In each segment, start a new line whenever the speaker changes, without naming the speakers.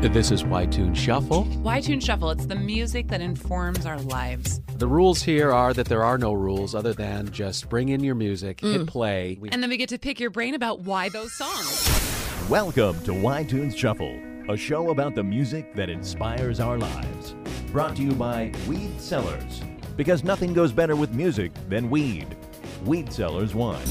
This is Why Tune Shuffle.
Why Tune Shuffle? It's the music that informs our lives.
The rules here are that there are no rules other than just bring in your music, hit
Mm.
play. We-
And then we get to pick your brain about why those songs.
Welcome to Why Tunes Shuffle, a show about the music that inspires our lives. Brought to you by Weed Sellers, because nothing goes better with music than weed. Weed Sellers Wine.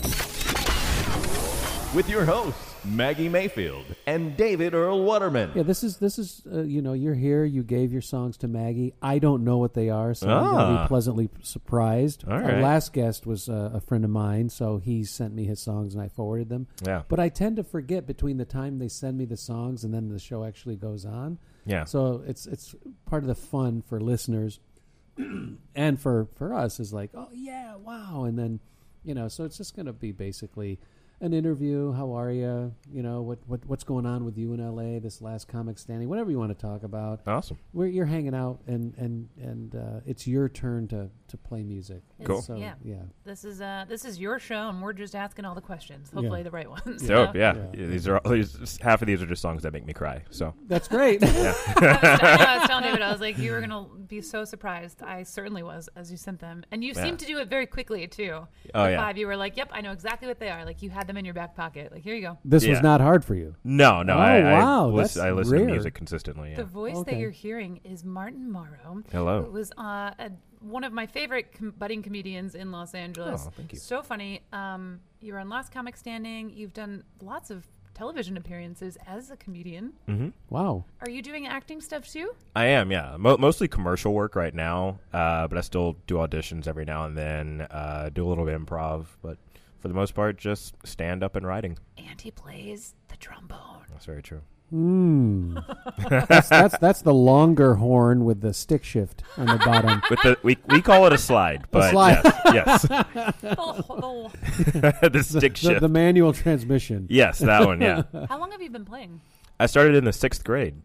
With your hosts, Maggie Mayfield and David Earl Waterman.
Yeah, this is this is uh, you know you're here. You gave your songs to Maggie. I don't know what they are, so I'm going to
Ah.
be pleasantly surprised.
All
Our
right.
last guest was uh, a friend of mine, so he sent me his songs and I forwarded them.
Yeah.
but I tend to forget between the time they send me the songs and then the show actually goes on.
Yeah.
so it's it's part of the fun for listeners and for for us is like oh yeah wow and then you know so it's just going to be basically an interview how are you you know what, what what's going on with you in la this last comic standing whatever you want to talk about
Awesome.
We're, you're hanging out and and and uh, it's your turn to to play music
Cool.
so,
yeah.
yeah
This is uh this is your show and we're just asking all the questions. Hopefully the right ones. So-
Dope, yeah.
Yeah.
Yeah, These are all, these, half of these are just songs that make me cry. So
that's great
I know, I was telling David, I was like, you were gonna be so surprised. I certainly was as you sent them, and you seemed to do it very quickly too.
Oh,
The
yeah.
five, you were like, "Yep, I know exactly what they are." Like you had them in your back pocket. Like here you go.
this was
Yeah.
not hard for you
no, no,
Oh,
I, I
wow,
lis-
that's
I listen
rare.
to music consistently. Yeah.
The voice
Okay.
that you're hearing is Martin Morrow.
Hello.
Who was uh, a, one of my favorite com- budding comedians in Los Angeles.
Oh, thank you.
So funny. Um, you were on Last Comic Standing. You've done lots of television appearances as a comedian.
Mm-hmm.
wow
Are you doing acting stuff too?
I am, yeah. Mo- mostly commercial work right now, uh, but I still do auditions every now and then. Uh, do a little bit of improv, but for the most part, just stand up and writing.
And he plays the trombone.
That's very true.
Mm. that's, that's that's the longer horn with the stick shift on the bottom.
With the we, we call it a slide, but
slide.
yes,
The whole-
yes. the stick
the,
shift.
the manual transmission.
yes, that one. Yeah,
How long have you been playing?
I started in the sixth grade.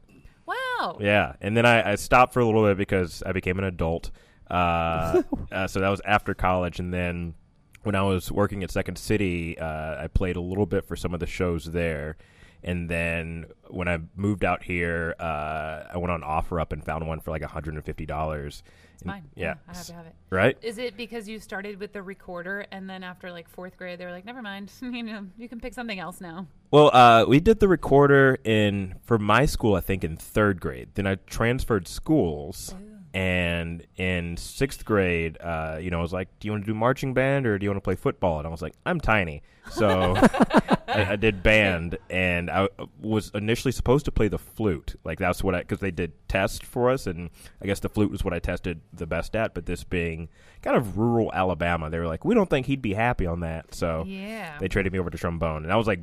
Wow.
Yeah, and then I, I stopped for a little bit because I became an adult. Uh, uh, so that was after college, and then when I was working at Second City, uh, I played a little bit for some of the shows there. And then when I moved out here, uh, I went on OfferUp and found one for like $150.
It's mine.
Yeah.
I have to have it.
Right?
Is it because you started with the recorder and then after like fourth grade they were like, never mind, you know, you can pick something else now.
Well, uh, we did the recorder in for my school, I think, in third grade. Then I transferred schools, and in sixth grade, uh, you know, I was like, "Do you want to do marching band or do you want to play football?" And I was like, "I'm tiny," so I, I did band, and I uh, was initially supposed to play the flute. Like that's what I because they did tests for us, and I guess the flute was what I tested the best at. But this being kind of rural Alabama, they were like, "We don't think he'd be happy on that," so
Yeah.
Oh. they traded me over to trombone, and I was like,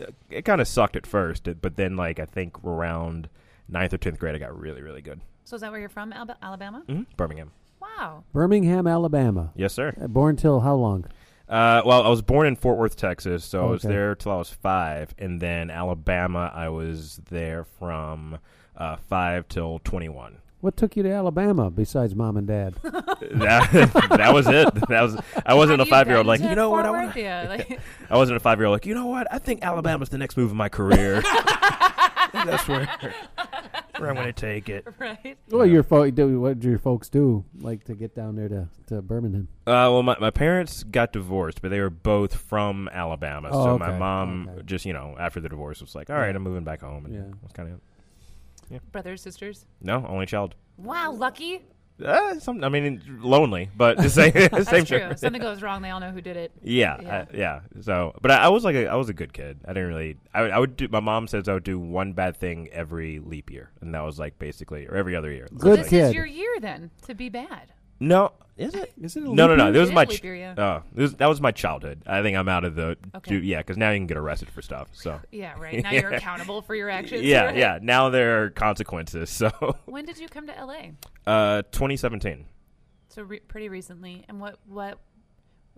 uh, it kind of sucked at first, it- but then like I think around ninth or tenth grade, I got really, really good.
So is that where you're from, Alba- Alabama?
Mm-hmm. Birmingham,
Wow.
Birmingham, Alabama.
yes, sir.
Uh, Born till how long?
Uh, well, I was born in Fort Worth, Texas, so I was
Okay.
there till I was five, and then Alabama, I was there from uh, five till twenty-one.
What took you to Alabama besides mom and dad?
that, that was it. That was I wasn't a
Have you
five-year-old
been
like
to
you know what I
Fort
want.
Worth? Yeah, like,
I wasn't a five-year-old like you know what I think Alabama's the next move in my career. That's where where I'm gonna take it.
right?
Well, your fo- do, what do your folks do like to get down there to, to Birmingham?
Uh, well, my, my parents got divorced, but they were both from Alabama.
Oh,
so
okay,
my mom
okay.
just, you know, after the divorce was like, all right, I'm moving back home. And
Yeah.
that's kind of
Brothers, sisters.
No, only child.
Wow, lucky.
Uh, some, I mean, lonely, but the same, That's same
That's true.
shit.
If Something goes wrong, they all know who did it.
Yeah,
Yeah.
yeah. I, yeah. So, but I, I was like, a, I was a good kid. I didn't really. I, would- I would do. My mom says I would do one bad thing every leap year, and that was like basically, or every other year.
Good
this
kid.
is your year then to be bad.
No, is it?
Is it a
no, no,
leap
no.
year?
This was
It is
my.
a leap
ch-
year, yeah.
Oh, this, that was my childhood. I think I'm out of the.
Okay.
yeah, because now you can get arrested for stuff. So.
Yeah, right. Now you're accountable for your actions.
yeah,
right?
yeah. Now there are consequences. So,
When did you come to LA?
uh, 2017.
So re- pretty recently. And what what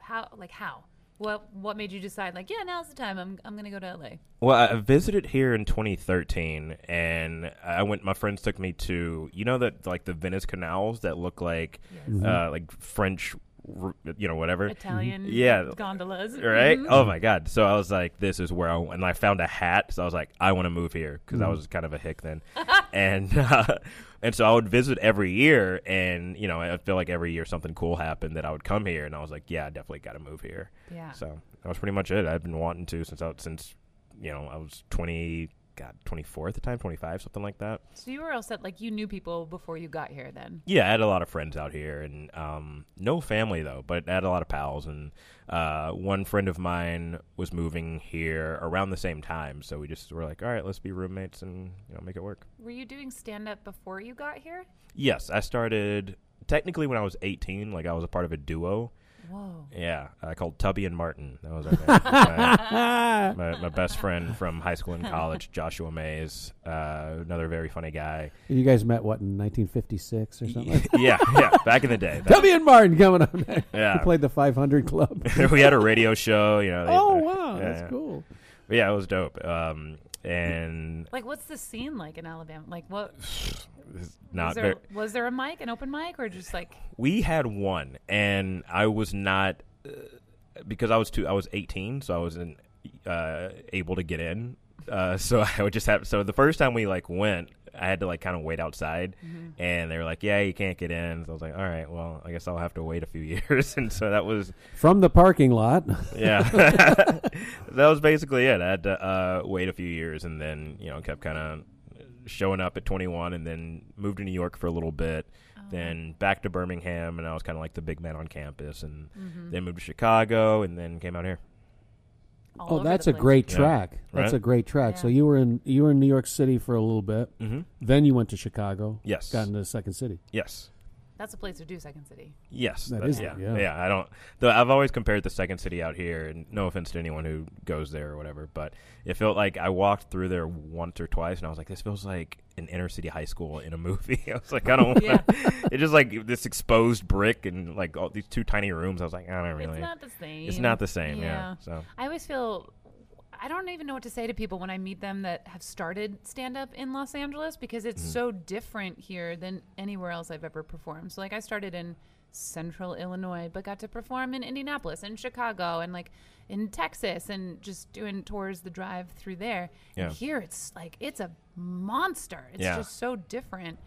how like how? What what made you decide like, yeah, now's the time. I'm I'm going to go to LA.
Well, I- I visited here in 2013, and I went. My friends took me to you know that like the Venice canals that look like uh, like French, r- you know, whatever.
Italian
Yeah.
gondolas.
Right? Oh my god! So I was like, "This is where I." w- And I found a hat, so I was like, "I want to move here" because I was kind of a hick then. and uh, and so I would visit every year, and you know I feel like every year something cool happened that I would come here, and I was like, yeah, I definitely got to move here.
Yeah.
So that was pretty much it. I've been wanting to since I since you know I was twenty, God, twenty four at the time, twenty five, something like that.
So you were all set. Like you knew people before you got here. Then
Yeah, I had a lot of friends out here, and um, no family though, but I had a lot of pals. And uh, one friend of mine was moving here around the same time, so we just were like, all right, let's be roommates and you know make it work.
were you doing stand up before you got here?
Yes, I started technically when I was eighteen. Like I was a part of a duo.
Whoa.
Yeah, uh, called Tubby and Martin. That was our band. my, my, my best friend from high school and college, Joshua Mays, uh, another very funny guy.
You guys met what in 1956 or something?
yeah, yeah, back in the day. That-
Tubby and Martin coming up next.
Yeah.
He played the 500 Club.
we had a radio show, you know. they-
oh wow,
yeah,
that's
yeah.
cool.
But yeah, it was dope. Um, and
Like, what's the scene like in Alabama? Like, what
it's not
was, there,
very,
was there a mic, an open mic, or just like
we had one, and I was not uh, because I was too. I was eighteen, so I wasn't uh, able to get in. Uh, so I would just have. So the first time we like went, I had to like kind of wait outside, and they were like, "Yeah, you can't get in." So I was like, "All right, well, I guess I'll have to wait a few years." and so that was
From the parking lot.
yeah that was basically it i had to uh, wait a few years and then you know kept kind of showing up at 21 and then moved to new york for a little bit then back to birmingham and i was kind of like the big man on campus and then moved to chicago and then came out here
all
oh,
over
that's
the
a
place?
great
Yeah.
track. That's
Right?
a great track.
Yeah.
So you were in you were in New York City for a little bit.
mm-hmm.
Then you went to Chicago.
yes
Got into the second city.
yes
That's a place to do Second City.
Yes,
That
that is
is it,
yeah.
yeah.
yeah. I don't. Though I've always compared the second city out here, and no offense to anyone who goes there or whatever, but it felt like I walked through there once or twice, and I was like, this feels like an inner city high school in a movie. I was like, I don't.
Yeah.
want It's just like this exposed brick and like all these two tiny rooms. I was like, I don't really.
It's not the same.
It's not the same. Yeah. So
I always feel I don't even know what to say to people when I meet them that have started stand up in Los Angeles because
Mm-hmm.
it's so different here than anywhere else I've ever performed. So like I started in central Illinois but got to perform in Indianapolis and Chicago and like in Texas and just doing tours the drive through there. And
Yeah.
here it's like it's a monster. It's
Yeah.
just so different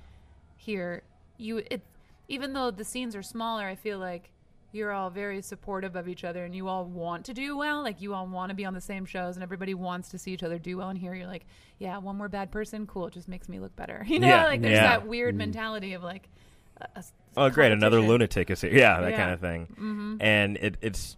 here you it even though the scenes are smaller i feel like you're all very supportive of each other and you all want to do well like you all want to be on the same shows and everybody wants to see each other do well and here you're like yeah one more bad person cool it just makes me look better you know
Yeah,
like there's
yeah. Mm-hmm.
that weird mentality of like a- a s-
oh great another
competition.
lunatic is here yeah
Yeah.
that
Mm-hmm.
kind of thing and it, it's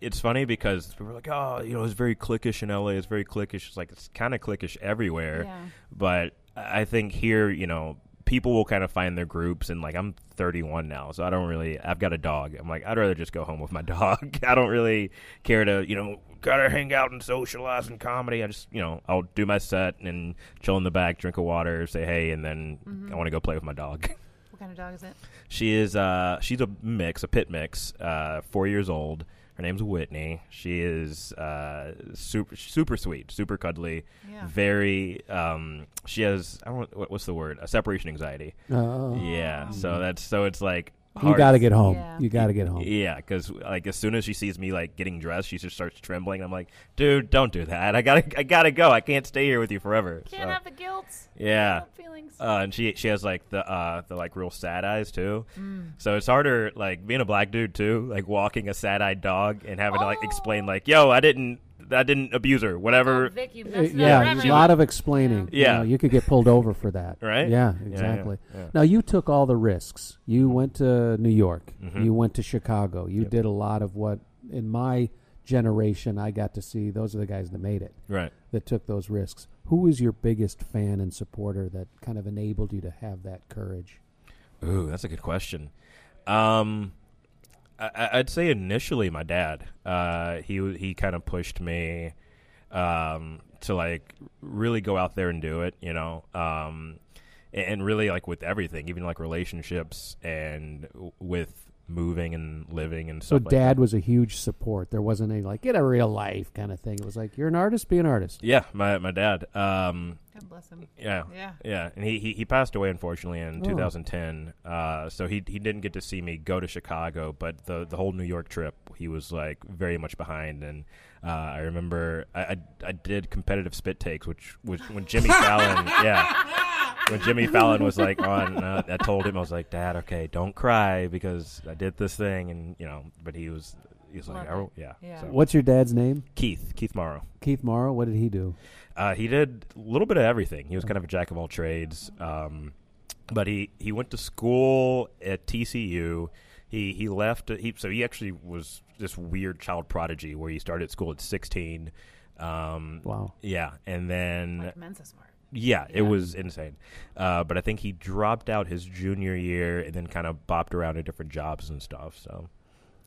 it's funny because people are like oh you know it's very cliquish in la it's very cliquish it's like it's kind of cliquish everywhere
Yeah.
but i I think here you know people will kind of find their groups and like i'm 31 now so i don't really i've got a dog i'm like i'd rather just go home with my dog i don't really care to you know gotta hang out and socialize and comedy i just you know i'll do my set and chill in the back drink a water say hey and then
Mm-hmm.
i want to go play with my dog
what kind of dog is it
she is uh she's a mix, a pit mix, uh four years old. Her name's Whitney. She is uh super super sweet, super cuddly,
Yeah.
very um she has I don't what, what's the word? A separation anxiety.
Oh.
Yeah.
Mm-hmm.
So that's so it's like
You
hard.
got to get home.
Yeah.
You got to get home.
Yeah, because like as soon as she sees me like getting dressed, she just starts trembling. I'm like, dude, don't do that. I gotta, I gotta go. I can't stay here with you forever.
can't
So-
have the guilt
yeah,
guilt feelings
uh, and she she has like the uh the like real sad eyes too. So it's harder like being a black dude too, like walking a sad eyed dog and having to like explain like, yo, I didn't I didn't abuse her, whatever.
oh, Vic, you
Uh,
messed it up
yeah,
forever.
a lot of explaining.
Yeah.
you, know, you could get pulled over for that,
Right?
Yeah,
Yeah, yeah,
exactly.
yeah.
Now you took all the risks. You went to New York.
Mm-hmm.
You went to Chicago. You did a lot of what in my generation I got to see. Those are the guys that made it,
Right.
that took those risks. Who was your biggest fan and supporter that kind of enabled you to have that courage?
Ooh, that's a good question. Um, I- I, I'd say initially my dad. Uh, he w- he kind of pushed me, um, to like really go out there and do it. You know, um, a- and really like with everything, even like relationships and w- with moving and living and
So
stuff. like that.
dad was a huge support. There wasn't any like get a real life kind of thing. It was like you're an artist, be an artist.
Yeah, my my dad. Um,
god bless him
Yeah.
Yeah.
Yeah. And he, he, he passed away, unfortunately, in
Oh.
2010. Uh, so he, he didn't get to see me go to Chicago, but the, the whole New York trip, he was like very much behind. And uh, I remember I, I, I did competitive spit takes, which was when Jimmy Fallon, yeah. when Jimmy Fallon was like on, uh, I told him I was like, Dad, okay, don't cry because I did this thing, and you know, but he was he was like,
Love
oh yeah,
Yeah.
So,
What's your dad's name?
Keith Keith Morrow.
Keith Morrow. What did he do?
Uh, he did a little bit of everything. He was kind of a jack of all trades. Um, but he, he went to school at TCU. He he left. He so he actually was this weird child prodigy where he started school at sixteen. Um,
Wow.
Yeah, and then
Like, Mensa smart.
yeah, it was insane. Uh, but I think he dropped out his junior year and then kind of bopped around to different jobs and stuff. So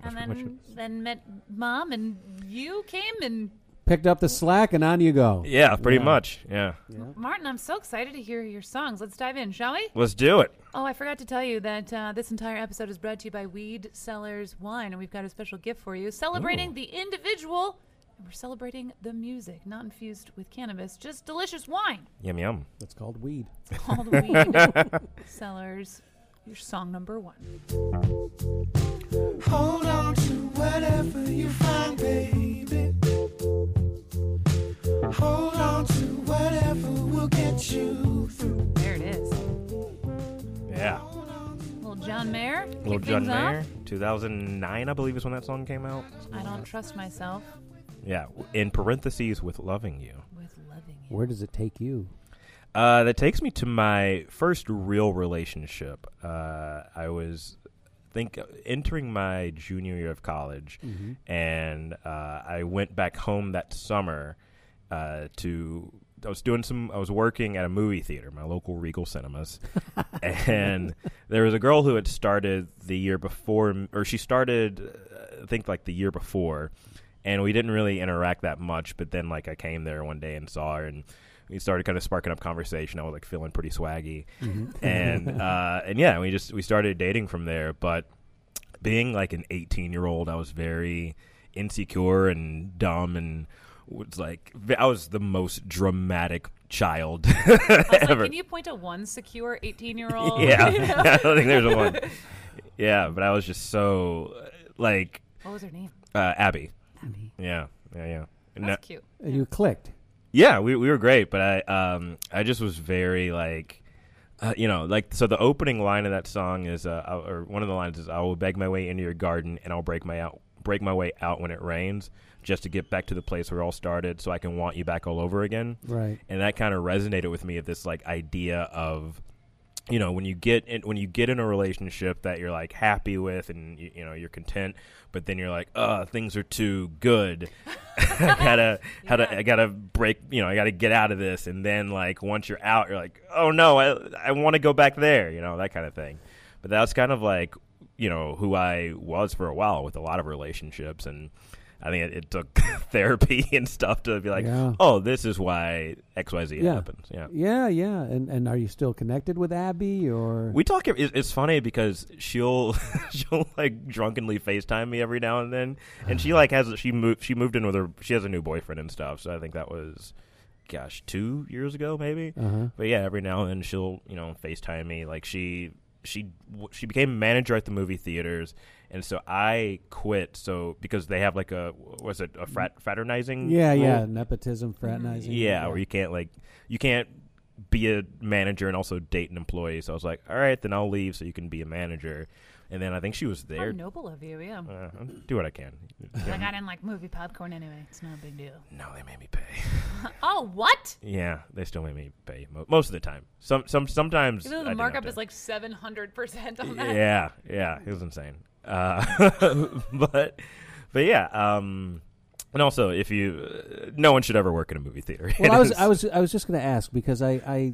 And
That's pretty
then, then met mom, and you came, and
Picked up the slack and on you go.
yeah, pretty
Yeah.
much. Yeah,
Martin, I'm so excited to hear your songs. Let's dive in, shall we?
let's do it.
Oh, I forgot to tell you that uh, this entire episode is brought to you by Weed Sellers Wine, and we've got a special gift for you celebrating the individual. And we're celebrating the music, not infused with cannabis, just delicious wine
Yum yum.
It's called weed.
called Weed Sellers. Your song number one.
Hold on to whatever you find, baby. Hold on to whatever will get you through.
There it is.
Yeah.
Little John Mayer. kick
Little John
things off.
Mayer, 2009, I believe, is when that song came out.
I don't trust myself
Yeah, in parentheses with "Loving You."
with loving you.
Where does it take you?
Uh, that takes me to my first real relationship. Uh, I was, I think, entering my junior year of college, and uh, I went back home that summer uh, to. I was doing some. I was working at a movie theater, my local Regal Cinemas, and there was a girl who had started the year before, m- or she started, uh, I think, like the year before, and we didn't really interact that much. But then, like, I came there one day and saw her, and we started kind of sparking up conversation. I was like feeling pretty swaggy,
Mm-hmm.
and uh, and yeah, we just we started dating from there. But being like an 18 year old, I was very insecure and dumb and was like I was the most dramatic child
Also,
ever.
can you point to one secure 18 year old?
yeah, I don't think there's a one. Yeah, but I was just so uh, like
What was her name?
uh, Abby. Abby. Yeah, yeah, yeah. No-
That's cute.
And you clicked.
Yeah, we we were great, but I um I just was very like, uh, you know, like so the opening line of that song is uh I- or one of the lines is I will beg my way into your garden and I'll break my out break my way out when it rains just to get back to the place where it all started so I can want you back all over again
Right.
and that kind of resonated with me of this like idea of you know when you get in when you get in a relationship that you're like happy with and you, you know you're content but then you're like uh things are too good i gotta gotta i gotta break you know i gotta get out of this and then like once you're out you're like oh no i, I want to go back there you know that kind of thing but that's kind of like you know who i was for a while with a lot of relationships and i think it, it took therapy and stuff to be like
Yeah.
oh this is why xyz
Yeah.
happens yeah
Yeah, yeah. And and are you still connected with Abby or
we talk. it- It's funny because she'll she'll like drunkenly Facetime me every now and then, and she like has she moved she moved in with her she has a new boyfriend and stuff. So I think that was, gosh, two years ago maybe.
Uh-huh.
But yeah, every now and then she'll you know Facetime me. Like she she w- she became manager at the movie theaters, and so I quit. So because they have like a was it a frat fraternizing?
Yeah,
rule?
yeah. Nepotism, fraternizing.
Oh. Yeah, where you can't like you can't be a manager and also date an employee. So I was like, all right, then I'll leave so you can be a manager. And then I think she was
How
there.
noble of you, yeah.
Uh, I'll do what I can.
Like I didn't like movie popcorn anyway. It's not a big deal.
No, they made me pay.
Oh, what?
Yeah, they still made me pay mo- most of the time. Some, some, sometimes
Even though
I
the
didn't have
markup
to.
is like seven hundred percent on that.
yeah, yeah, it was insane. Uh, but, but yeah, um, and also if you, uh, no one should ever work in a movie theater.
Well,
It
I was
is-
I was I was just going to ask because I I,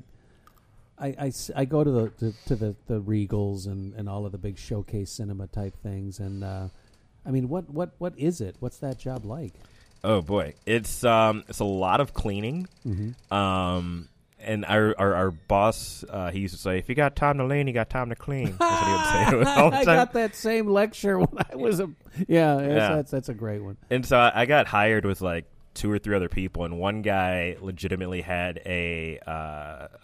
I, I s- I go to the to, to the the Regals and and all of the big showcase cinema type things and uh, I mean what what what is it? What's that job like?
Oh boy, it's um, it's a lot of cleaning.
Mm-hmm.
Um, and our our, our boss, uh, he used to say, "If you got time to lean, you got time to clean." That's what he would say all the
I
time.
got that same lecture when I was a yeah, that's-
Yeah.
That's, that's a great one.
And so I I got hired with like two or three other people, and one guy legitimately had a uh,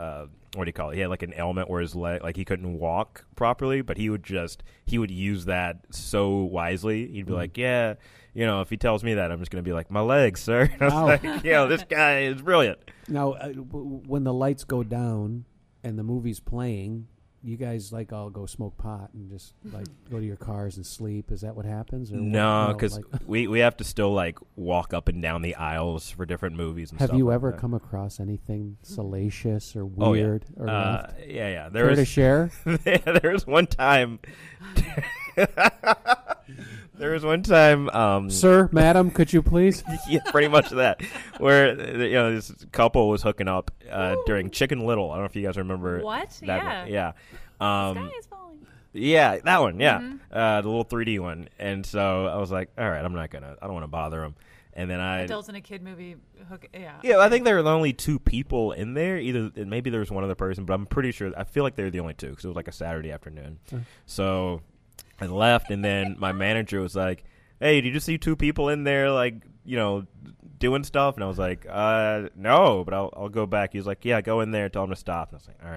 uh, what do you call it? He had like an ailment where his leg, like he couldn't walk properly, but he would just he would use that so wisely. He'd
Mm-hmm.
be like, "Yeah, you know, if he tells me that, I'm just gonna be like, my legs, sir." And I was
Wow.
like, "Yo, this guy is brilliant."
Now uh, w- w- when the lights go down and the movie's playing, you guys like all go smoke pot and just like go to your cars and sleep. Is that what happens? Or what?
No, because
like,
we, we have to still like walk up and down the aisles for different movies. And
have
stuff
you
like
ever
that.
come across anything salacious or
Oh, yeah.
weird or
Uh,
left?
yeah, yeah. There
Care to
was
share?
there was one time. there was one time. Um,
Sir, madam, could you please?
yeah, pretty much that. Where uh, you know this couple was hooking up uh, during Chicken Little. I don't know if you guys remember
What?
That
Yeah.
One. Yeah. Um,
Sky is falling.
yeah, that one. Yeah,
Mm-hmm.
uh, the little 3D one. And so I was like, all right, I'm not gonna. I don't want to bother him. And then I.
Adults in a kid movie. Hook, yeah.
Yeah, I think there were the only two people in there. Either and maybe there was one other person, but I'm pretty sure. I feel like they were the only two because it was like a Saturday afternoon. So I left, and then my manager was like, "Hey, did you see two people in there, like you know, doing stuff?" And I was like, "Uh, no, but I'll I'll go back." He was like, "Yeah, go in there, tell them to stop." And I was like, "All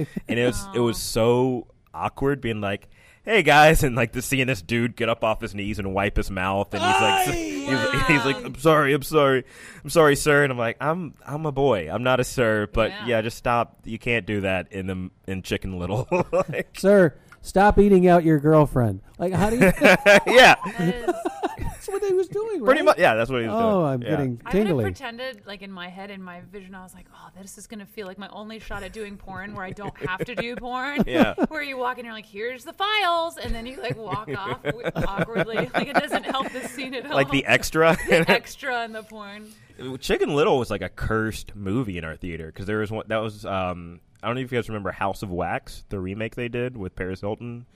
right," and it was it was so awkward being like. Hey guys, and like the seeing this dude get up off his knees and wipe his mouth, and he's like, he's, like- he's like, I'm sorry, I'm sorry, I'm sorry, sir, and I'm like, I'm I'm a boy, I'm not a sir, but yeah,
Yeah.
just stop. You can't do that in the in Chicken Little. like,
Sir, stop eating out your girlfriend. Like, how do you? That's
yeah,
That is,
what he was doing, right?
pretty much. Yeah, that's what he was doing.
Oh, I'm
Yeah.
getting
I would have
tingly.
pretended, like in my head, in my vision, I was like, "Oh, this is gonna feel like my only shot at doing porn, where I don't have to do porn."
Yeah.
Where you walk in, you're like, "Here's the files," and then you like walk off w- awkwardly. Like it doesn't help the scene at all.
like the extra.
extra in the porn.
Chicken Little was like a cursed movie in our theater because there was one that was. um I don't know if you guys remember House of Wax, the remake they did with Paris Hilton.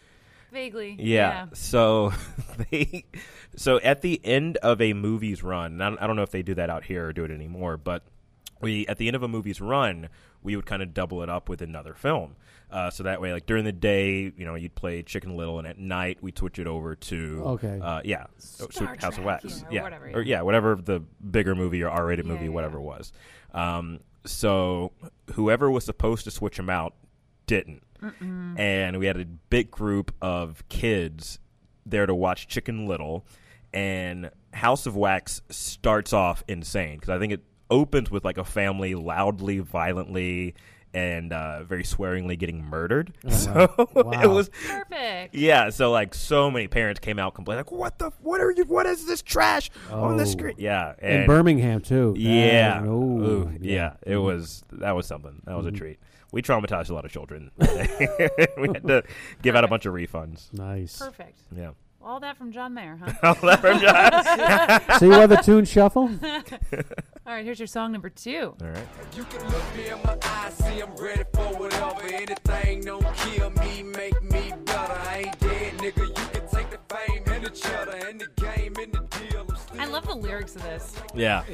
Vaguely.
Yeah. So they, so at the end of a movie's run, and I don't, I don't know if they do that out here or do it anymore, but we at the end of a movie's run, we would kind of double it up with another film. Uh, so that way, like during the day, you know, you'd play Chicken Little, and at night we would switch it over to
Okay.
uh, yeah, so
Star
House of
Trek,
Wax,
yeah, or
yeah,
whatever,
or
yeah.
yeah, whatever the bigger movie or R-rated
Yeah,
movie,
yeah,
whatever
yeah.
it was. Um, so whoever was supposed to switch them out didn't and we had a big group of kids there to watch Chicken Little. And House of Wax starts off insane because I think it opens with like a family loudly, violently, and uh, very swearingly getting murdered. so
Wow.
it was
Perfect.
yeah, so like so many parents came out complaining, like, "What the? What are you? What is this trash on the
Oh.
screen?" Yeah,
in
and
Birmingham too.
yeah,
Oh, Mm-hmm.
Ooh, yeah, it was that was something. That was a treat. We traumatized a lot of children. we had to give out a bunch of refunds.
Nice.
Perfect.
Yeah.
All that from John Mayer, huh?
All that from Josh.
So you want the tune shuffle?
All right, here's your song number two.
All right.
You can look me in my eyes, see I'm ready for whatever. Anything don't kill me, make me better. I ain't dead, nigga. You can take the fame and the cheddar and the game and the deal. I'm still
I love the lyrics of this.
Yeah.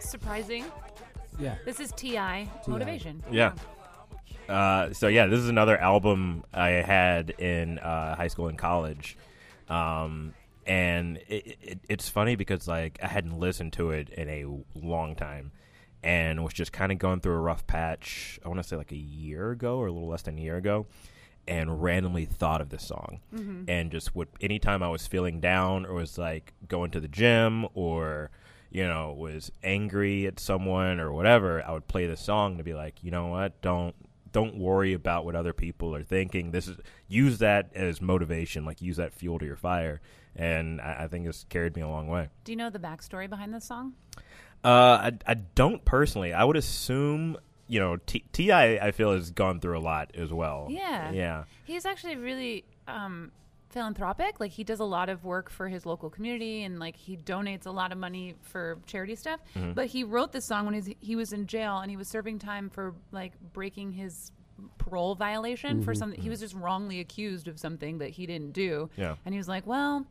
Surprising.
Yeah.
This is T.I. Motivation.
Yeah. Uh, so yeah, this is another album I had in uh, high school and college, um, and it, it, it's funny because like I hadn't listened to it in a long time, and was just kind of going through a rough patch. I want to say like a year ago or a little less than a year ago, and randomly thought of this song, and just would anytime I was feeling down or was like going to the gym or you know, was angry at someone or whatever, I would play the song to be like, you know what, don't don't worry about what other people are thinking. This is use that as motivation, like use that fuel to your fire. And I, I think it's carried me a long way.
Do you know the backstory behind this song?
Uh, I, I don't personally. I would assume you know T- Ti. I feel has gone through a lot as well.
Yeah.
yeah,
He's actually really um, philanthropic. Like he does a lot of work for his local community, and like he donates a lot of money for charity stuff.
Mm-hmm.
But he wrote this song when he's, he was in jail and he was serving time for like breaking his parole violation
Mm-hmm.
for something. He was just wrongly accused of something that he didn't do.
Yeah.
and he was like, well.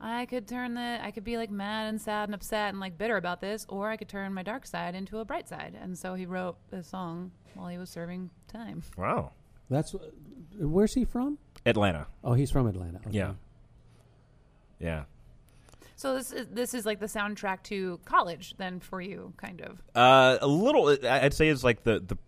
I could turn the I could be like mad and sad and upset and like bitter about this, or I could turn my dark side into a bright side. And so he wrote this song while he was serving time.
Wow.
That's where's he from?
Atlanta.
Oh, he's from Atlanta. Okay.
Yeah. Yeah.
So this is, this is like the soundtrack to college then for you, kind of.
Uh, a little. I- I'd say it's like the the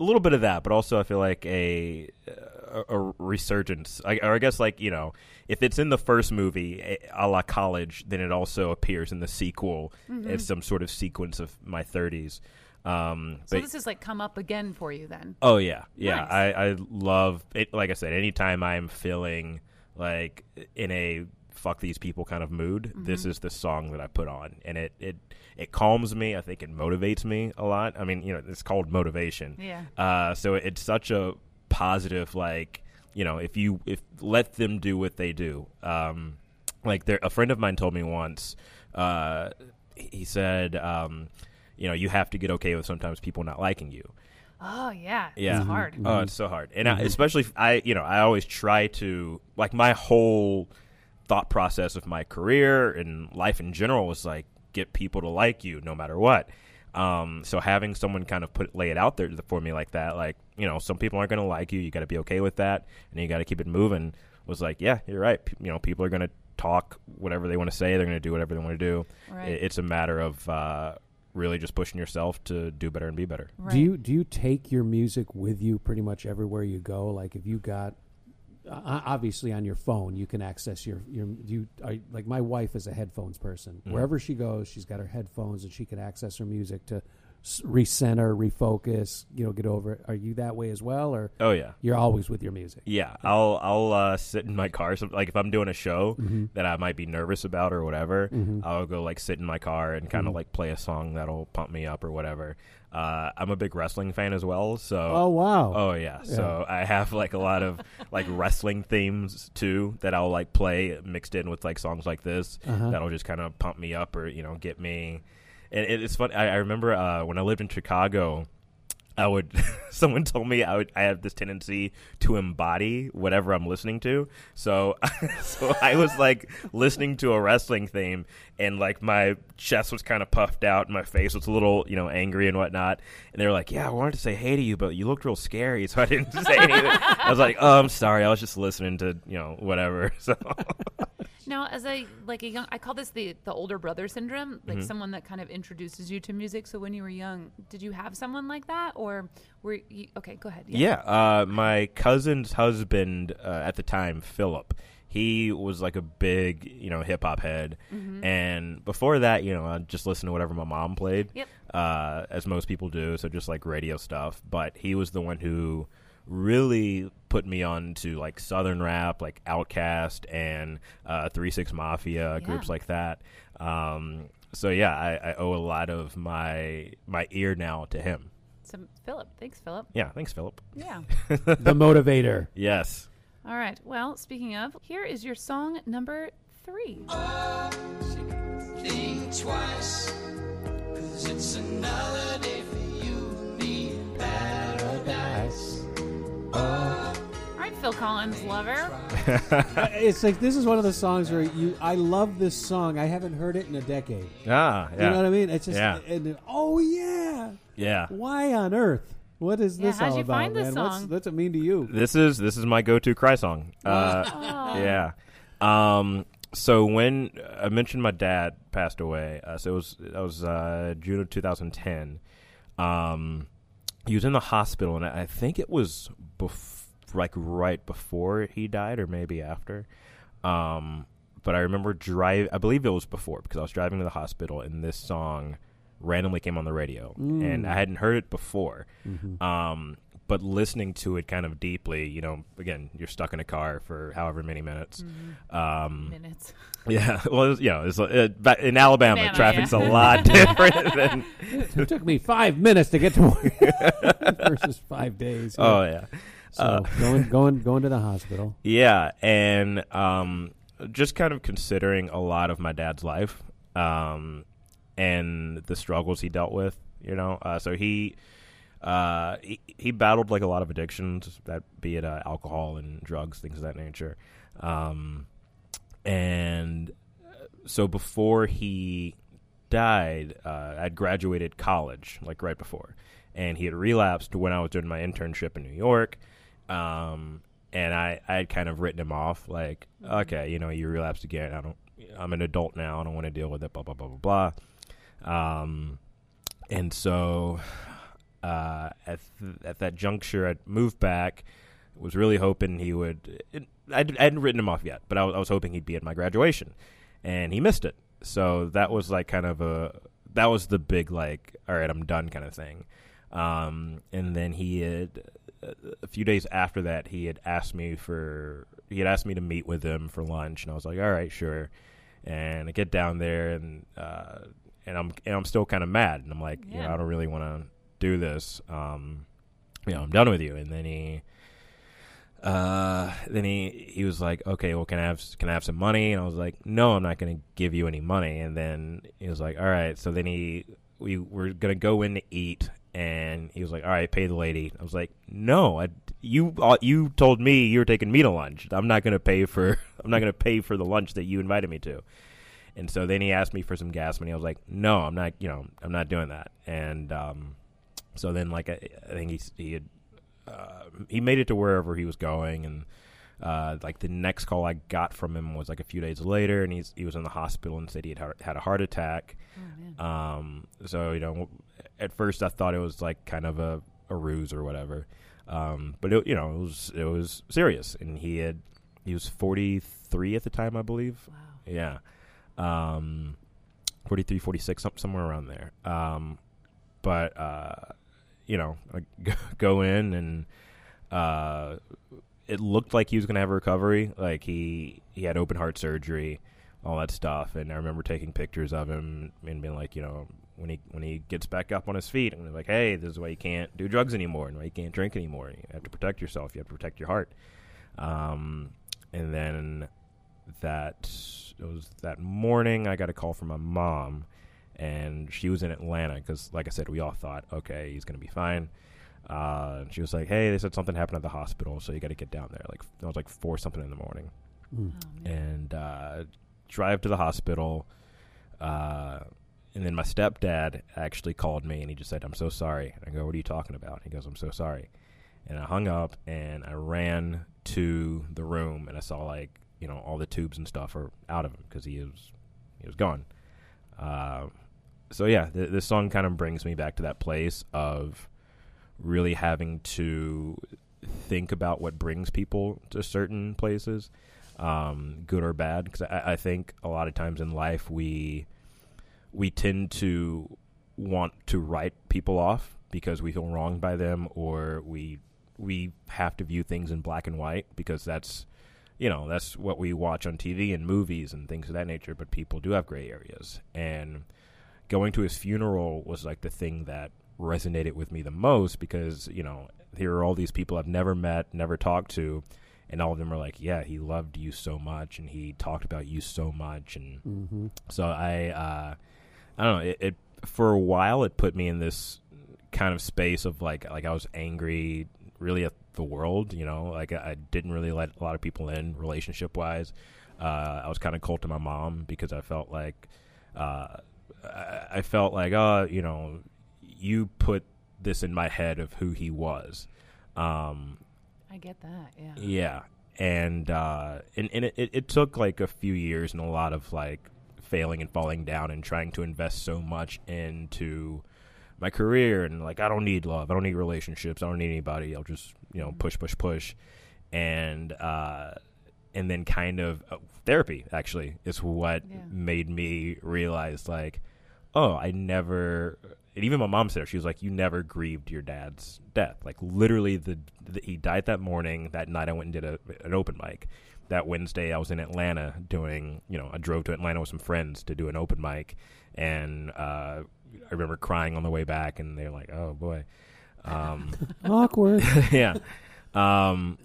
a little bit of that, but also I feel like a a, a resurgence. I, or I guess like you know, if it's in the first movie eh, a la college, then it also appears in the sequel as some sort of sequence of my thirties. Um,
So
but-
this is like come up again for you then.
Oh yeah, yeah.
Nice.
I I love it. Like I said, anytime I'm feeling like in a fuck these people kind of mood, this
Mm-hmm.
is the song that I put on, and it it it calms me. I think it motivates me a lot. I mean, you know, it's called motivation.
Yeah.
Uh, so it's such a positive like you know if you if let them do what they do. Um, like there, a friend of mine told me once. Uh, he said, um, you know, you have to get okay with sometimes people not liking you.
Oh yeah.
Yeah.
It's hard.
Oh, it's so hard, and I, especially if I, you know, I always try to like my whole thought process of my career and life in general was like get people to like you no matter what. Um, so having someone kind of put lay it out there for me like that, like you know, some people aren't going to like you. You got to be okay with that, and you got to keep it moving. Was like, yeah, you're right. P- you know, people are going to talk whatever they want to say. They're going to do whatever they want to do.
Right.
It- it's a matter of uh, really just pushing yourself to do better and be better.
Right.
Uh, Do you do you take your music with you pretty much everywhere you go? Like if you got uh, obviously on your phone, you can access your your you are, like my wife is a headphones person.
Mm-hmm.
Wherever she goes, she's got her headphones and she can access her music to s- recenter, refocus, you know, get over it. Are you that way as well or
Oh yeah.
you're always with your music?
Yeah, I'll I'll uh, sit in my car. So, like if I'm doing a show that I might be nervous about or whatever, I'll go like sit in my car and kind of like play a song that'll pump me up or whatever. Uh, I'm a big wrestling fan as well, so
Oh wow.
Oh yeah. So I have like a lot of like wrestling themes too that I'll like play mixed in with like songs like this that'll just kind of pump me up or you know get me. And it, it's fun. I, I remember uh, when I lived in Chicago. I would. Someone told me I would. I have this tendency to embody whatever I'm listening to. So, so I was like listening to a wrestling theme, and like my chest was kind of puffed out, and my face was a little, you know, angry and whatnot. And they were like, "Yeah, I wanted to say hey to you, but you looked real scary, so I didn't say anything." I was like, "Oh, I'm sorry. I was just listening to, you know, whatever." So,
Now, as a like a young, I call this the the older brother syndrome, like someone that kind of introduces you to music. So when you were young, did you have someone like that, or were you okay? Go ahead.
Yeah, uh, my cousin's husband uh, at the time, Philip. He was like a big, you know, hip hop head,
Mm-hmm.
and before that, you know, I just listened to whatever my mom played,
Yep.
uh, as most people do. So just like radio stuff. But he was the one who really put me on to like southern rap, like Outkast and uh, Three Six Mafia groups
Yeah.
like that. Um, so yeah, I, I owe a lot of my my ear now to him.
So Philip, thanks, Philip.
Yeah, thanks, Philip.
Yeah.
the motivator.
Yes.
All right. Well, speaking of, here is your song number three.
think twice. Cause it's another day for you and me in paradise.
All right, Phil Collins, lover.
It's like this is one of the songs where you I love this song. I haven't heard it in a decade.
Ah, yeah.
You know what I mean? It's just
Yeah.
and then, oh yeah.
Yeah.
Why on earth? What is
Yeah,
this
how'd
all
you
about,
find this
man? What's,
song?
what's it mean to you?
This is this is my go-to cry song. Uh,
Oh,
yeah. Um so when I mentioned my dad passed away, uh, so it was that was uh, June of 2010. Um he was in the hospital and I I think it was bef- like right before he died or maybe after. Um but I remember drive I believe it was before because I was driving to the hospital and this song randomly came on the radio and I hadn't heard it before. Um, but listening to it kind of deeply, you know, again, you're stuck in a car for however many minutes. Um,
minutes.
yeah, well, it was, you know, it's, uh, but in Alabama,
Alabama,
traffic's
yeah.
a lot different than.
it took me five minutes to get to work versus five days.
Oh yeah,
so going going going to the hospital.
yeah, and um, just kind of considering a lot of my dad's life, um, and the struggles he dealt with. You know, uh, so he uh, he, he battled like a lot of addictions, that be it uh, alcohol and drugs, things of that nature. Um, and uh, so before he died, uh, I'd graduated college, like right before, and he had relapsed when I was doing my internship in New York. Um, and I, I had kind of written him off, like, okay, you know, you relapsed again. I don't, I'm an adult now. I don't want to deal with it. Blah blah blah blah blah. Um, and so uh, at th- at that juncture, I moved back, Was really hoping he would. I, I hadn't written him off yet, but I was, I was hoping he'd be at my graduation, and he missed it. So that was like kind of a that was the big like all right I'm done kind of thing. Um, and then he had a few days after that he had asked me for he had asked me to meet with him for lunch, and I was like all right sure. And I get down there and uh, and I'm and I'm still kind of mad, and I'm like you know,
Yeah.
I don't really want to do this. Um, you know I'm done with you. And then he uh, then he he was like, okay, well, can I have can I have some money? And I was like, no, I'm not going to give you any money. And then he was like, all right. So then he we were going to go in to eat, and he was like, all right, pay the lady. I was like, no, I, you uh, you told me you were taking me to lunch. I'm not going to pay for I'm not going to pay for the lunch that you invited me to. And so then he asked me for some gas money. I was like, no, I'm not. You know, I'm not doing that. And um, so then like I, I think he s- he had uh, he made it to wherever he was going and uh, like the next call I got from him was like a few days later, and he's he was in the hospital and said he had har- had a heart attack. um, so you know, at first I thought it was like kind of a, a ruse or whatever, um, but it, you know it was it was serious, and he had he was forty three at the time I believe,
Wow.
yeah, um, 43, 46, some, somewhere around there. Um, but uh, you know, I g- go in and uh, it looked like he was gonna have a recovery. Like he he had open heart surgery, all that stuff. And I remember taking pictures of him and being like, you know, when he when he gets back up on his feet, and like, hey, this is why you can't do drugs anymore, and why you can't drink anymore. You have to protect yourself. You have to protect your heart. Um, and then that it was that morning I got a call from my mom, and she was in Atlanta because, like I said, we all thought, okay, he's gonna be fine. Uh, and she was like, "Hey, they said something happened at the hospital, so you got to get down there." Like it was like four something in the morning,
Oh, man.
and uh, drive to the hospital. Uh, and then my stepdad actually called me, and he just said, "I'm so sorry." And I go, "What are you talking about?" He goes, "I'm so sorry." And I hung up, and I ran to the room, and I saw like you know all the tubes and stuff are out of him because he was he was gone. Uh, so yeah, th- this song kind of brings me back to that place of really having to think about what brings people to certain places, um, good or bad. Because I, I think a lot of times in life we we tend to want to write people off because we feel wronged by them, or we we have to view things in black and white because that's you know that's what we watch on TV and movies and things of that nature. But people do have gray areas, and going to his funeral was like the thing that resonated with me the most because you know here are all these people I've never met, never talked to, and all of them are like, yeah, he loved you so much, and he talked about you so much, and so I, uh, I don't know. It, it for a while it put me in this kind of space of like like I was angry really at the world, you know. Like I, I didn't really let a lot of people in relationship wise. Uh, I was kind of cold to my mom because I felt like uh, I, I felt like uh, you know you put this in my head of who he was. Um,
I get that. Yeah.
yeah. And uh and, and it, it, it took like a few years and a lot of like failing and falling down and trying to invest so much into my career and like I don't need love, I don't need relationships, I don't need anybody, I'll just, you know, push, push, push. And uh and then kind of uh, therapy actually is what
Yeah.
made me realize like oh i never and even my mom said it, she was like you never grieved your dad's death like literally the, the he died that morning that night i went and did a, an open mic that wednesday i was in atlanta doing you know i drove to atlanta with some friends to do an open mic and uh, i remember crying on the way back and they're like oh boy um,
Awkward.
yeah. Um,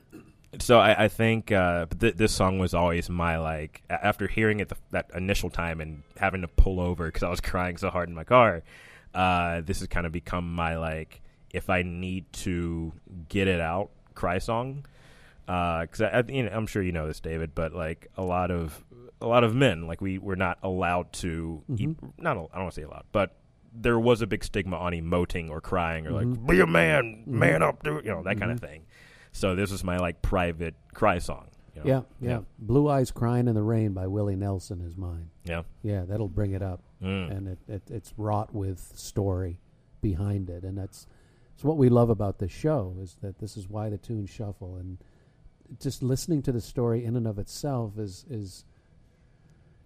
so I, I think uh, but th- this song was always my like a- after hearing it the, that initial time and having to pull over because I was crying so hard in my car. Uh, this has kind of become my like if I need to get it out cry song because I, I, you know, I'm sure you know this, David, but like a lot of a lot of men, like we were not allowed to, e- not al- I don't want to say allowed, but there was a big stigma on emoting or crying or like be a man, man up, dude, you know that kind of thing. So this was my like private cry song. you know?
yeah, yeah. Blue Eyes Crying in the Rain by Willie Nelson is mine.
yeah,
Yeah, that'll bring it up,
Mm.
and it, it it's wrought with story behind it, and that's it's what we love about this show is that this is why the tunes shuffle and just listening to the story in and of itself is is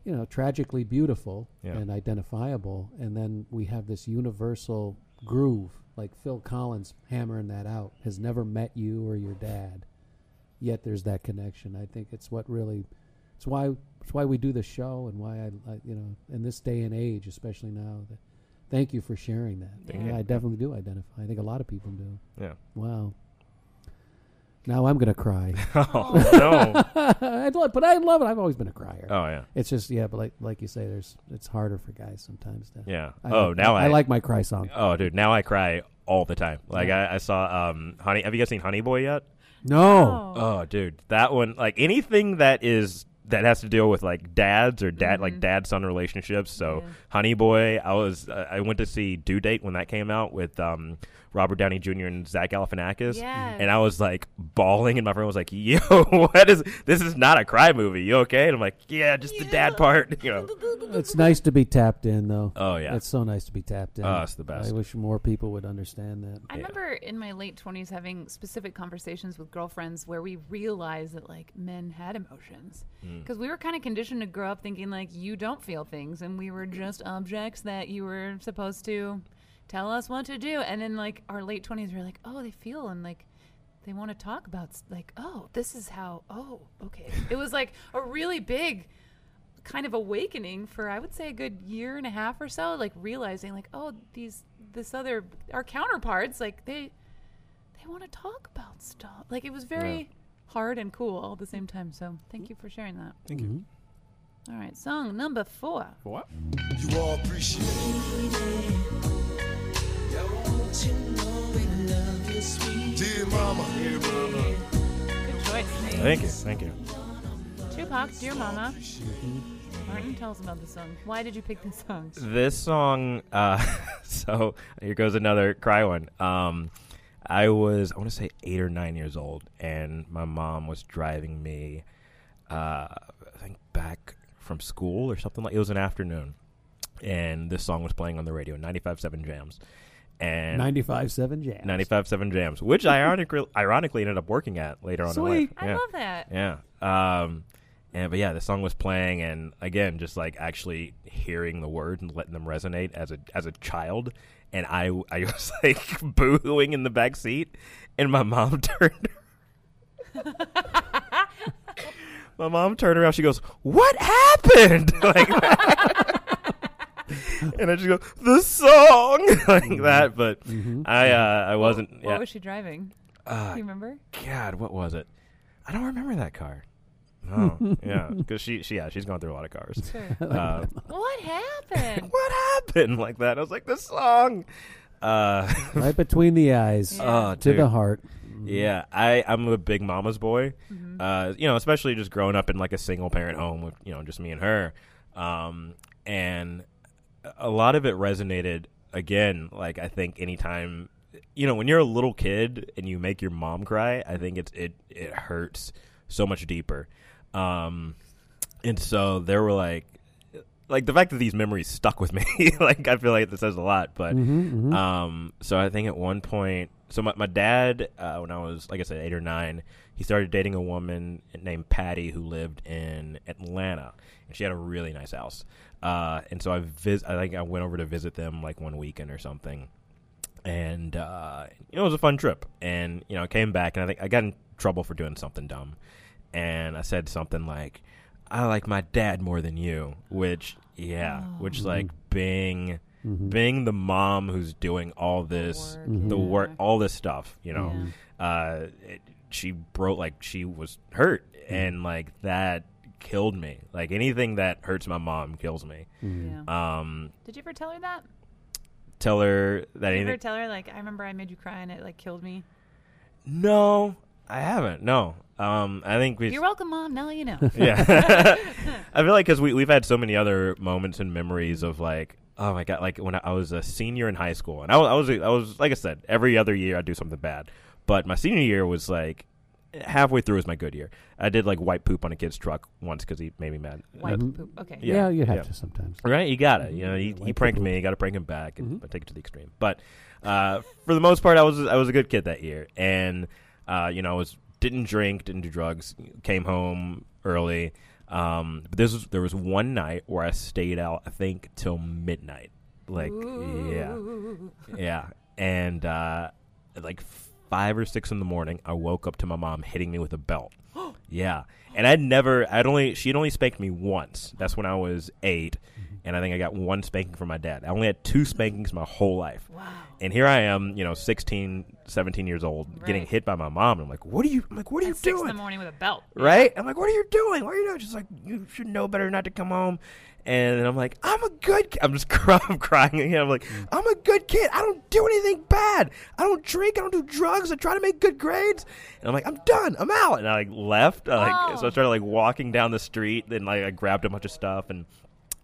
you know tragically beautiful
Yeah.
and identifiable and then we have this universal groove like Phil Collins hammering that out has never met you or your dad yet there's that connection I think it's what really it's why it's why we do the show and why I, I you know in this day and age especially now that, thank you for sharing that
Thank
Yeah,
you.
I definitely do identify I think a lot of people do
Yeah.
wow now I'm gonna cry
Oh no.
I love, but I love it. I've always been a crier.
Oh yeah.
It's just yeah, but like like you say, there's it's harder for guys sometimes. To,
Yeah.
I
oh,
like-
now I,
I like my cry song.
Oh, dude, now I cry all the time. Like I, I saw um Honey. Have you guys seen Honey Boy yet?
No,
Oh, dude, that one. Like anything that is that has to deal with like dads or dad like dad son relationships. So Honey Boy, I was uh, I went to see Due Date when that came out with um Robert Downey Jr. and Zach Galifianakis.
Yes.
And I was like bawling, and my friend was like, "Yo, what is this? Is not a cry movie? You okay?" And I'm like, "Yeah, just the dad part." You know.
it's nice to be tapped in though.
Oh, yeah.
it's so nice to be tapped in.
Oh, it's the best.
I wish more people would understand that.
I remember in my late 20s having specific conversations with girlfriends where we realized that like men had emotions because we were kind of conditioned to grow up thinking like you don't feel things and we were just objects that you were supposed to tell us what to do and then like our late 20s we are like oh they feel and like they want to talk about s- like oh this is how oh okay it was like a really big kind of awakening for I would say a good year and a half or so, like realizing like, oh, these this other our counterparts, like they they want to talk about stuff. Like it was very hard and cool all at the same time. So thank you for sharing that. Thank
you.
All right, song number four.
You all appreciate it. Dear mama, dear mama.
Good choice.
Thank you, thank you.
Tupac, Dear Mama. Martin, tell us about this song. Why did you pick this song?
this song uh so here goes another cry one um i was i want to say eight or nine years old and my mom was driving me uh i think back from school or something like it was an afternoon and this song was playing on the radio 95.7 jams and
Ninety-five seven jazz.
95.7 jams which ironically ironically ended up working at later on in life
Sweet.
I love that.
yeah. Um, and but yeah, the song was playing, and again, just like actually hearing the words and letting them resonate as a as a child. And I I was like boohooing in the back seat, and my mom turned. my mom turned around. She goes, "What happened?" like, and I just go, "The song," like that. But I uh, I wasn't.
What
yeah. Ah,
was she driving? Do you remember?
God, what was it? I don't remember that car. Oh, yeah, because she, she, yeah, she's gone through a lot of cars.
Sure.
Uh,
what happened?
what happened like that? I was like, this song. Uh,
right between the eyes
oh,
to
dude.
the heart.
Yeah, I, I'm a big mama's boy. Uh, you know, especially just growing up in like a single parent home with, you know, just me and her. Um, and a lot of it resonated again. Like, I think anytime, you know, when you're a little kid and you make your mom cry, I think it's, it, it hurts so much deeper. Um, and so there were like, like the fact that these memories stuck with me, like I feel like this says a lot, but um, so I think at one point, so my, my dad, uh, when I was, like I said, eight or nine, he started dating a woman named Patty who lived in Atlanta, and she had a really nice house. Uh, and so I vis- I think I went over to visit them like one weekend or something, and uh, you know it was a fun trip. And you know I came back, and I think I got in trouble for doing something dumb, and I said something like, "I like my dad more than you," which yeah, which like being being the mom who's doing all this
work,
the work all this stuff you know uh it, she broke like she was hurt and like that killed me like anything that hurts my mom kills me
Yeah.
um
Did you ever tell her that?
tell her that
Did you ever
anything
tell her like I remember I made you cry and it like killed me?
no i haven't no um i think we
You're welcome, mom. Now you know.
yeah. I feel like because we we've had so many other moments and memories of like, oh my god, like when I, I was a senior in high school, and I was I was I was like I said, every other year I do something bad, but my senior year was like halfway through was my good year. I did like white poop on a kid's truck once because he made me mad.
White poop. Okay.
Yeah,
Yeah, you have
yeah.
to sometimes.
Right, you got to You know, he,
Yeah,
he
like
pranked
people- Mm-hmm.
me. Got to prank him back and take it to the extreme. But uh, for the most part, I was I was a good kid that year, and uh, you know I was didn't drink, didn't do drugs, came home early. Um, but this was there was one night where I stayed out, I think till midnight. Like yeah, yeah. And uh, at like five or six in the morning, I woke up to my mom hitting me with a belt. yeah. And I'd never, I'd only, she'd only spanked me once. That's when I was eight.
Mm-hmm.
And I think I got one spanking from my dad. I only had two spankings my whole life. Wow. And here I am, you know, 16, 17 years old, getting
Right.
hit by my mom. And I'm like, what are you, I'm like, what are
At
you
six in the
doing?
morning with a belt.
right? I'm like, what are you doing? What are you doing? She's like, you should know better not to come home. And I'm like, I'm a good. Ki-. I'm just crying, I'm crying again. I'm like, I'm a good kid. I don't do anything bad. I don't drink. I don't do drugs. I try to make good grades. And I'm like, I'm done. I'm out. And I like left. Uh, I, like, So I started like walking down the street. Then like I grabbed a bunch of stuff and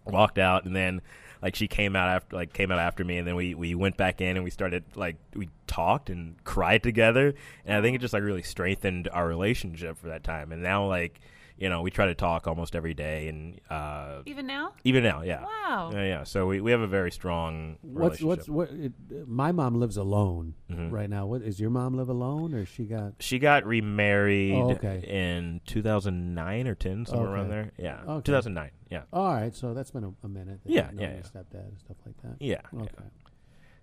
walked out. And then like she came out after like came out after me. And then we we went back in and we started like we talked and cried together. And I think it just like really strengthened our relationship for that time. And now like you know we try to talk almost every day and. uh
Even now?
even now, yeah.
Wow.
Yeah, yeah. So we, we have a very strong
What's
relationship. Mm-hmm.
what's what? It, my mom lives alone right now. What is your mom live alone, or she got?
she got remarried
Oh, okay.
in 2009 or 10, somewhere around
Okay.
there. Yeah.
Okay.
2009. Yeah.
All right, so that's been a, a minute. that
Yeah,
you've known
yeah,
your
yeah.
Stepdad and stuff like that.
Yeah.
Okay.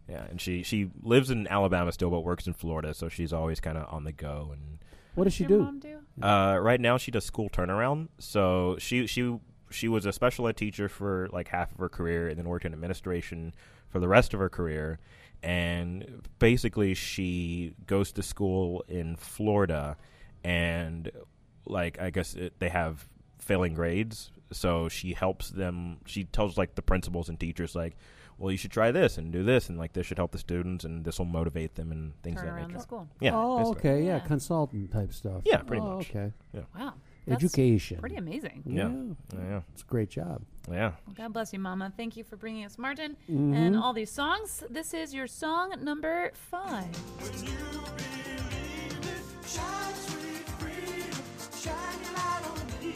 Yeah. Yeah. And she, she lives in Alabama still, but works in Florida. So she's always kind of on the go. And
What does she
Your
do?
mom do?
uh, right now she does school turnaround. So she, she, she was a special ed teacher for like half of her career and then worked in administration for the rest of her career. And basically, she goes to school in Florida and like I guess it, they have failing grades, so she helps them. She tells like the principals and teachers like, "Well, you should try this and do this, and like this should help the students, and this will motivate them and things
Turn
of that
around
nature."
the school.
Yeah.
oh,
basically.
okay, yeah,
Yeah.
consultant type stuff.
Yeah, pretty
Oh,
much.
Okay,
Wow. That's
education.
Pretty amazing.
Yeah.
Yeah.
Yeah.
It's a great job.
Yeah.
Well, God bless you, Mama. Thank you for bringing us Martin and
Mm-hmm.
all these songs. This is your song number five.
Shine, sweet freedom, shine your light on me.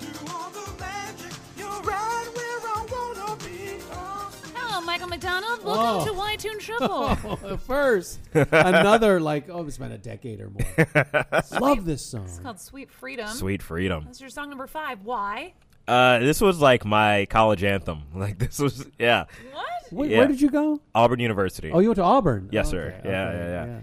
You are the magic, you're right where I wanna be. Oh,
Hello, Michael McDonald.
Whoa.
Welcome to Why Tune Trouble.
First, another like oh, it's been a decade or more. Love this
it's
song.
called Sweet Freedom.
Sweet freedom.
That's your song number five. Why?
Uh, this was like my college anthem. Like this was yeah.
What?
Wait,
yeah.
where did you go?
Auburn University.
Oh, you went to Auburn.
Yes,
Okay,
sir. Yeah,
okay,
yeah, yeah,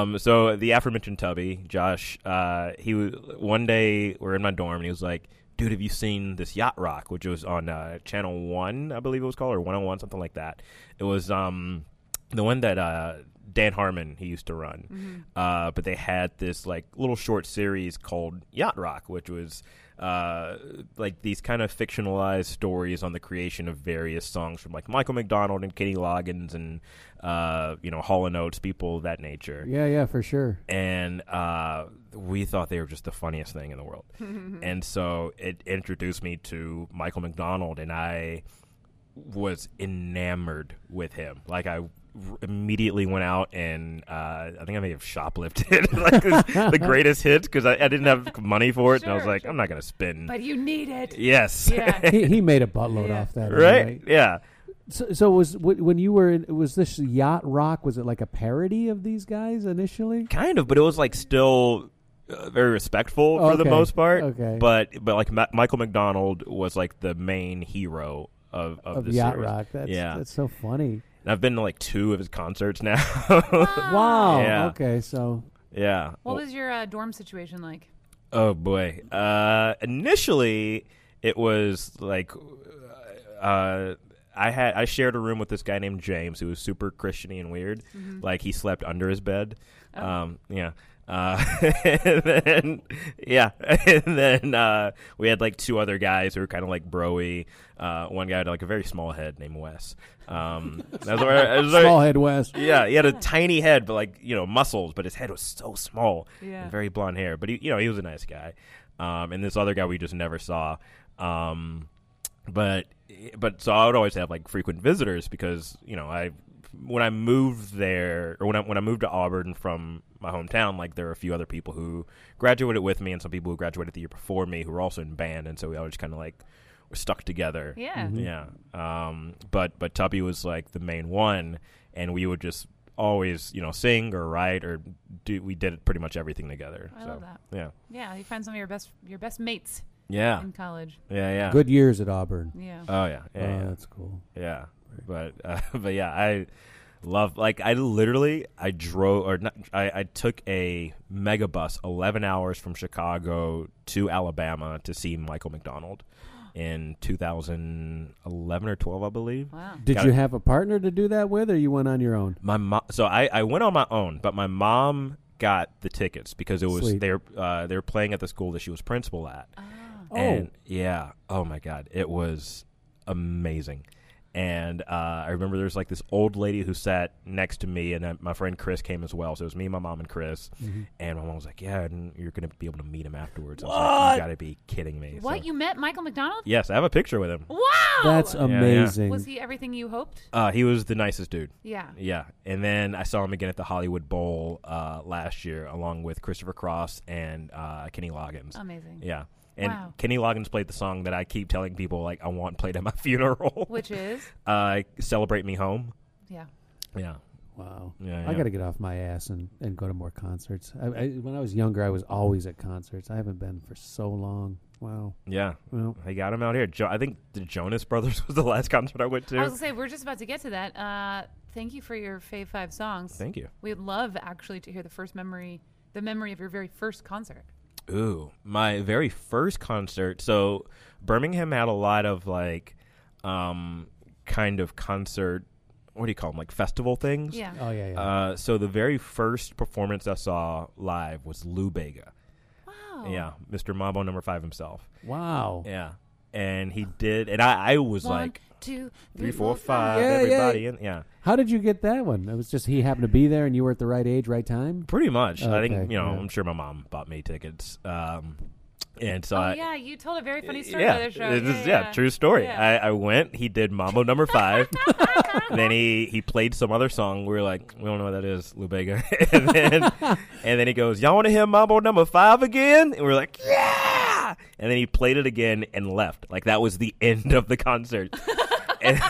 Um, so the aforementioned Tubby, Josh, uh, he w- one day we're in my dorm and he was like, "Dude, have you seen this yacht rock?" Which was on uh, Channel One, I believe it was called, or One Hundred One, something like that. It was um, the one that uh, Dan Harmon he used to run. Uh, but they had this like little short series called Yacht Rock, which was uh, like these kind of fictionalized stories on the creation of various songs from like Michael McDonald and Kenny Loggins and uh, you know Hall and Oates, people of that nature
Yeah, yeah, for sure.
and uh, we thought they were just the funniest thing in the world. and so it introduced me to Michael McDonald, and I was enamored with him. Like I r- immediately went out and uh, I think I may have shoplifted like the the greatest hits because I, I didn't have money for it, and I was
Sure,
like, I'm not gonna spend.
But you need it.
yes.
Yeah.
He, he made a buttload off that.
Right? Yeah.
So, so was wh- when you were in, was this yacht rock? Was it like a parody of these guys initially?
kind of, but it was like still uh, very respectful for the
Okay,
most part.
okay.
but but like Ma- Michael McDonald was like the main hero of of,
Of
the
yacht
series.
rock. That's
yeah,
that's so funny.
and I've been to like two of his concerts now.
Wow.
Ah. Yeah.
Okay. So
yeah.
What was your uh, dorm situation like?
oh boy. Uh, initially, it was like. Uh, I had I shared a room with this guy named James who was super Christiany and weird. Like he slept under his bed. Um, yeah. Uh, and then, yeah, and then uh, we had like two other guys who were kind of like broy. Uh, one guy had like a very small head named Wes. Um, that was our- that was our-
small head west.
yeah, he had a tiny head, but like you know muscles, but his head was so small
Yeah.
and very blonde hair. But he, you know, he was a nice guy. Um, and this other guy we just never saw. Um, but but so I would always have like frequent visitors because you know I when I moved there or when I when I moved to Auburn from my hometown, like there were a few other people who graduated with me and some people who graduated the year before me who were also in band, and so we always kind of like were stuck together.
Yeah.
Yeah. Um, but but Tubby was like the main one, and we would just always you know sing or write or do. We did pretty much everything together.
I
so,
love that.
Yeah.
Yeah, you find some of your best your best mates
Yeah.
in college.
Yeah. Yeah.
Good years at Auburn.
Yeah.
Oh yeah. Yeah.
Oh,
yeah.
that's cool.
Yeah, but uh, but yeah, I love like I literally I drove or not, I I took a megabus eleven hours from Chicago to Alabama to see Michael McDonald in 2011 or 12, I believe.
wow.
Did
Got
you
it.
have a partner to do that with, or you went on your own?
My mom, so I, I went on my own, but my mom got the tickets because it was
Sweet.
they were uh, they were playing at the school that she was principal at.
Oh,
And yeah. Oh my god, it was amazing. And uh, I remember there was like this old lady who sat next to me, and uh, my friend Chris came as well. So it was me, my mom, and Chris.
Mm-hmm.
And my mom was like, "Yeah, and you're gonna be able to meet him afterwards." I was like, "You gotta be kidding me!"
What
So-
you met Michael McDonald?
yes, I have a picture with him.
Wow.
that's
Oh. yeah.
amazing.
Was he everything you hoped?
Uh, he was the nicest dude.
Yeah.
Yeah, and then I saw him again at the Hollywood Bowl uh, last year, along with Christopher Cross and uh, Kenny Loggins.
Amazing.
Yeah. And
Um, Wow.
Kenny Loggins played the song that I keep telling people like I want played at my funeral.
Which is
uh Celebrate Me Home.
yeah.
Yeah.
Wow.
Yeah,
I
yeah.
got to get off my ass and, and go to more concerts. I, I, when I was younger, I was always at concerts. I haven't been for so long. Wow.
Yeah.
Well,
I got him out here. Jo- I think the Jonas Brothers was the last concert I went to.
I was gonna say we're just about to get to that. Uh, thank you for your fave five songs.
Thank you.
We'd love actually to hear the first memory, the memory of your very first concert.
Ooh, my very first concert. So Birmingham had a lot of like um kind of concert what do you call them? Like festival things.
Yeah.
oh yeah, yeah.
Uh, so the very first performance I saw live was Lou Bega.
wow.
Oh, Yeah, Mr. Mambo number 5 himself.
wow.
Yeah. And he did and I, I was
One,
like
two, three,
three,
four,
four, five,
Yeah, yeah.
everybody in yeah.
How did you get that one? It was just he happened to be there, and you were at the right age, right time.
Pretty much. I think
Okay,
you know.
yeah.
I'm sure my mom bought me tickets, um, and so
Oh
I,
yeah, you told a very funny story
yeah,
about the show.
This is- yeah, true story.
Yeah.
I, I went. He did Mambo Number Five. then he he played some other song. We were like, we don't know what that is, Lubega. and then and then he goes, y'all want to hear Mambo Number Five again? And we are like, yeah. And then he played it again and left. Like that was the end of the concert. and,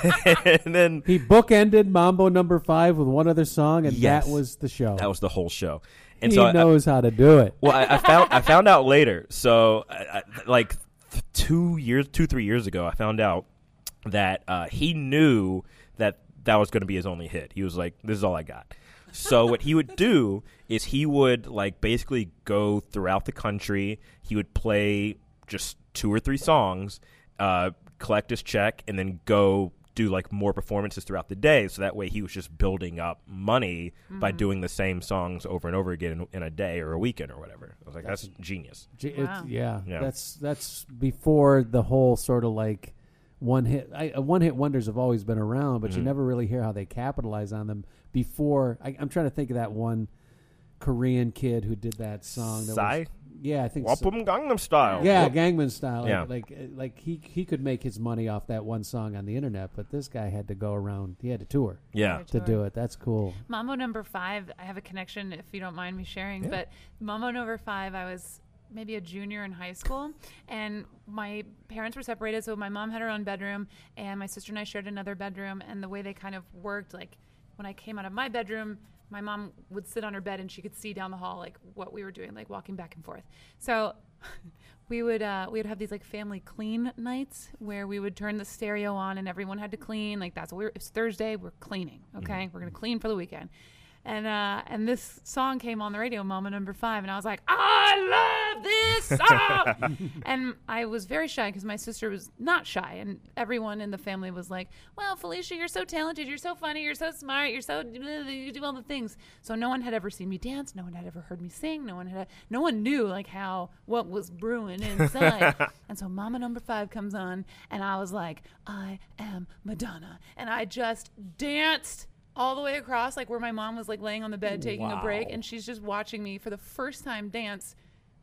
and then
He bookended Mambo Number Five with one other song, and
Yes.
that was the show.
that was the whole show. And
he
so I- I,
knows how to do it.
Well, I, I found I found out later. So, I, I, like th- two years, two three years ago, I found out that uh, he knew that that was going to be his only hit. He was like, "This is all I got." So what he would do is he would like basically go throughout the country. He would play just two or three songs, uh, collect his check, and then go do like more performances throughout the day. So that way he was just building up money
Mm-hmm.
by doing the same songs over and over again in, in a day or a weekend or whatever. I was like, that's, genius.
J- it's-
Wow.
yeah,
Yeah.
that's that's before the whole sort of like one hit. I, uh, one hit wonders have always been around,
Mm-hmm.
but you never really hear how they capitalize on them. Before I, I'm trying to think of that one Korean kid who did that song. That
Psy?
was, yeah, I think. So.
Wapum Gangnam Style.
Yeah, Gangnam Style. Like,
Yeah.
like uh, like he he could make his money off that one song on the internet, but this guy had to go around. He had to tour
Yeah.
to do it. That's cool.
Mambo number five, I have a connection if you don't mind me sharing, but Mambo number five, I was maybe a junior in high school and my parents were separated. So my mom had her own bedroom and my sister and I shared another bedroom. And the way they kind of worked, like when I came out of my bedroom, my mom would sit on her bed and she could see down the hall, like what we were doing, like walking back and forth. So we would uh, we would have these like family clean nights where we would turn the stereo on and everyone had to clean. Like that's what we were, it's Thursday. We're cleaning. Okay, we're gonna clean for the weekend. And uh, and this song came on the radio, Mama Number Five, and I was like, I love this song. and I was very shy because my sister was not shy, and everyone in the family was like, Well, Felicia, you're so talented, you're so funny, you're so smart, you're so you do all the things. So no one had ever seen me dance, no one had ever heard me sing, no one had no one knew like how what was brewing inside. and so Mama Number Five comes on, and I was like, I am Madonna, and I just danced all the way across, like where my mom was like laying on the bed taking a break, and she's just watching me for the first time dance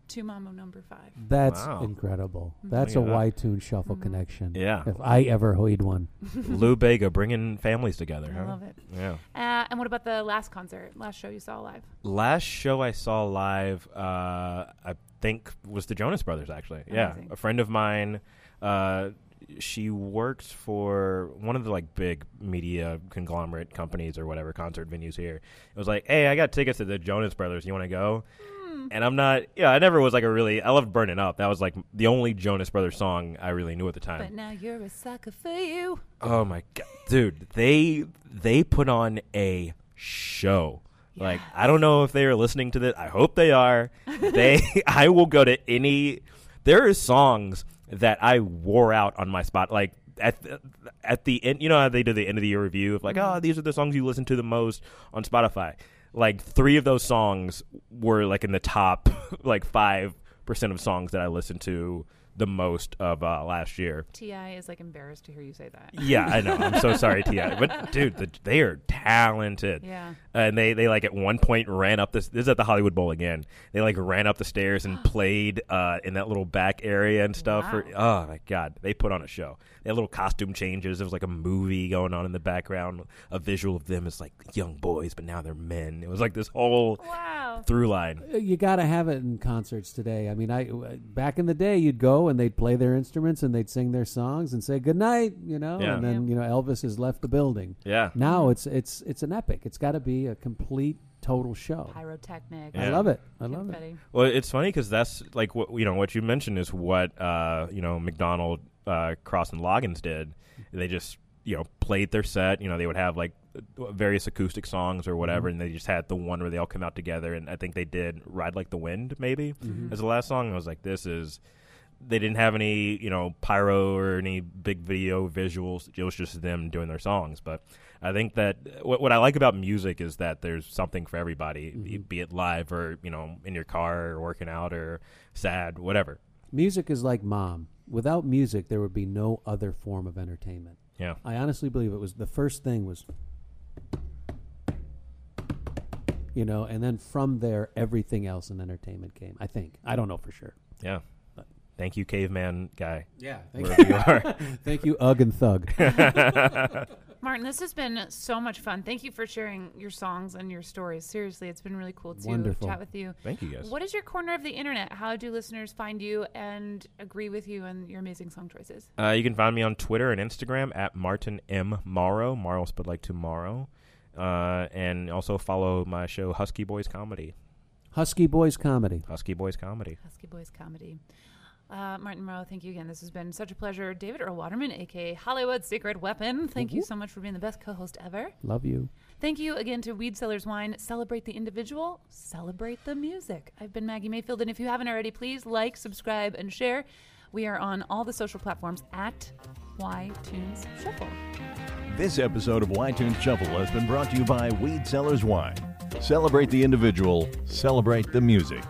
to Mambo Number Five.
That's
Wow. Mm-hmm.
incredible. That's a
Look at Mm-hmm.
Y tune shuffle connection.
Yeah.
If I ever hoed one.
Lou Bega bringing families together.
I
huh?
love it.
Yeah.
Uh, and what about the last concert, last show you saw live?
Last show I saw live, uh, I think, was the Jonas Brothers, actually. Yeah.
Amazing.
A friend of mine, uh, she works for one of the like big media conglomerate companies or whatever concert venues here. It was like, hey, I got tickets to the Jonas Brothers. You want to go?
Hmm.
And I'm not. Yeah, I never was like a really. I loved "Burning Up." That was like the only Jonas Brothers song I really knew at the time.
But now you're a sucker for you.
Oh my god, dude! They they put on a show. Like I don't know if they are listening to this. I hope they are. They I will go to any. There are songs that I wore out on my spot. Like at the, at the end, you know how they do the end of the year review of like, oh, these are the songs you listen to the most on Spotify. Like three of those songs were like in the top like five percent of songs that I listened to the most of uh, last year.
Ti is like embarrassed to hear you say that.
Yeah, I know. I'm so sorry, Ti. But dude, the, they are talented.
Yeah.
And they they like at one point ran up this. This is at the Hollywood Bowl again. They like ran up the stairs and played uh, in that little back area and stuff. For, oh my god, they put on a show. They had little costume changes. There was like a movie going on in the background. A visual of them as like young boys, but now they're men. It was like this whole
Wow.
through line.
Uh, you got to have it in concerts today. I mean, I back in the day, you'd go and they'd play their instruments and they'd sing their songs and say good night, you know,
Yeah. Mm-hmm.
and then you know Elvis has left the building.
Yeah.
Now it's it's it's an epic. It's got to be a complete total show.
Pyrotechnic.
I love it. I love it.
Confetti.
Well, it's funny because that's like what you know. What you mentioned is what uh, you know McDonald, uh, Cross, and Loggins did. They just you know played their set. You know they would have like various acoustic songs or whatever, and they just had the one where they all come out together. And I think they did "Ride Like the Wind" maybe as the last song. I was like, this is. They didn't have any you know pyro or any big video visuals. It was just them doing their songs, but. I think that what, what I like about music is that there's something for everybody, be it live or you know in your car or working out or sad, whatever.
Music is like mom. Without music, there would be no other form of entertainment.
Yeah,
I honestly believe it was the first thing was, you know, and then from there, everything else in entertainment came. I think I don't know for sure.
yeah. Thank you, caveman guy.
Yeah, thank
Wherever you are.
you, thank you, Ugg and Thug.
Martin, this has been so much fun. Thank you for sharing your songs and your stories. Seriously, it's been really cool to
Wonderful.
chat with you.
Thank you, guys.
What is your corner of the internet? How do listeners find you and agree with you and your amazing song choices?
Uh, you can find me on Twitter and Instagram at Martin M Morrow. Morrow spelled like tomorrow. Uh, and also follow my show Husky Boys Comedy.
Husky Boys comedy.
Husky Boys Comedy.
Husky Boys Comedy. Uh, Martin Morrow, thank you again. This has been such a pleasure. David Earl Waterman, aka Hollywood Secret Weapon, thank you so much for being the best co host ever.
Love you.
Thank you again to Weed Sellers Wine. Celebrate the individual, celebrate the music. I've been Maggie Mayfield, and if you haven't already, please like, subscribe, and share. We are on all the social platforms at YTunes Shuffle.
This episode of Why Tunes Shuffle has been brought to you by Weed Sellers Wine. Celebrate the individual, celebrate the music.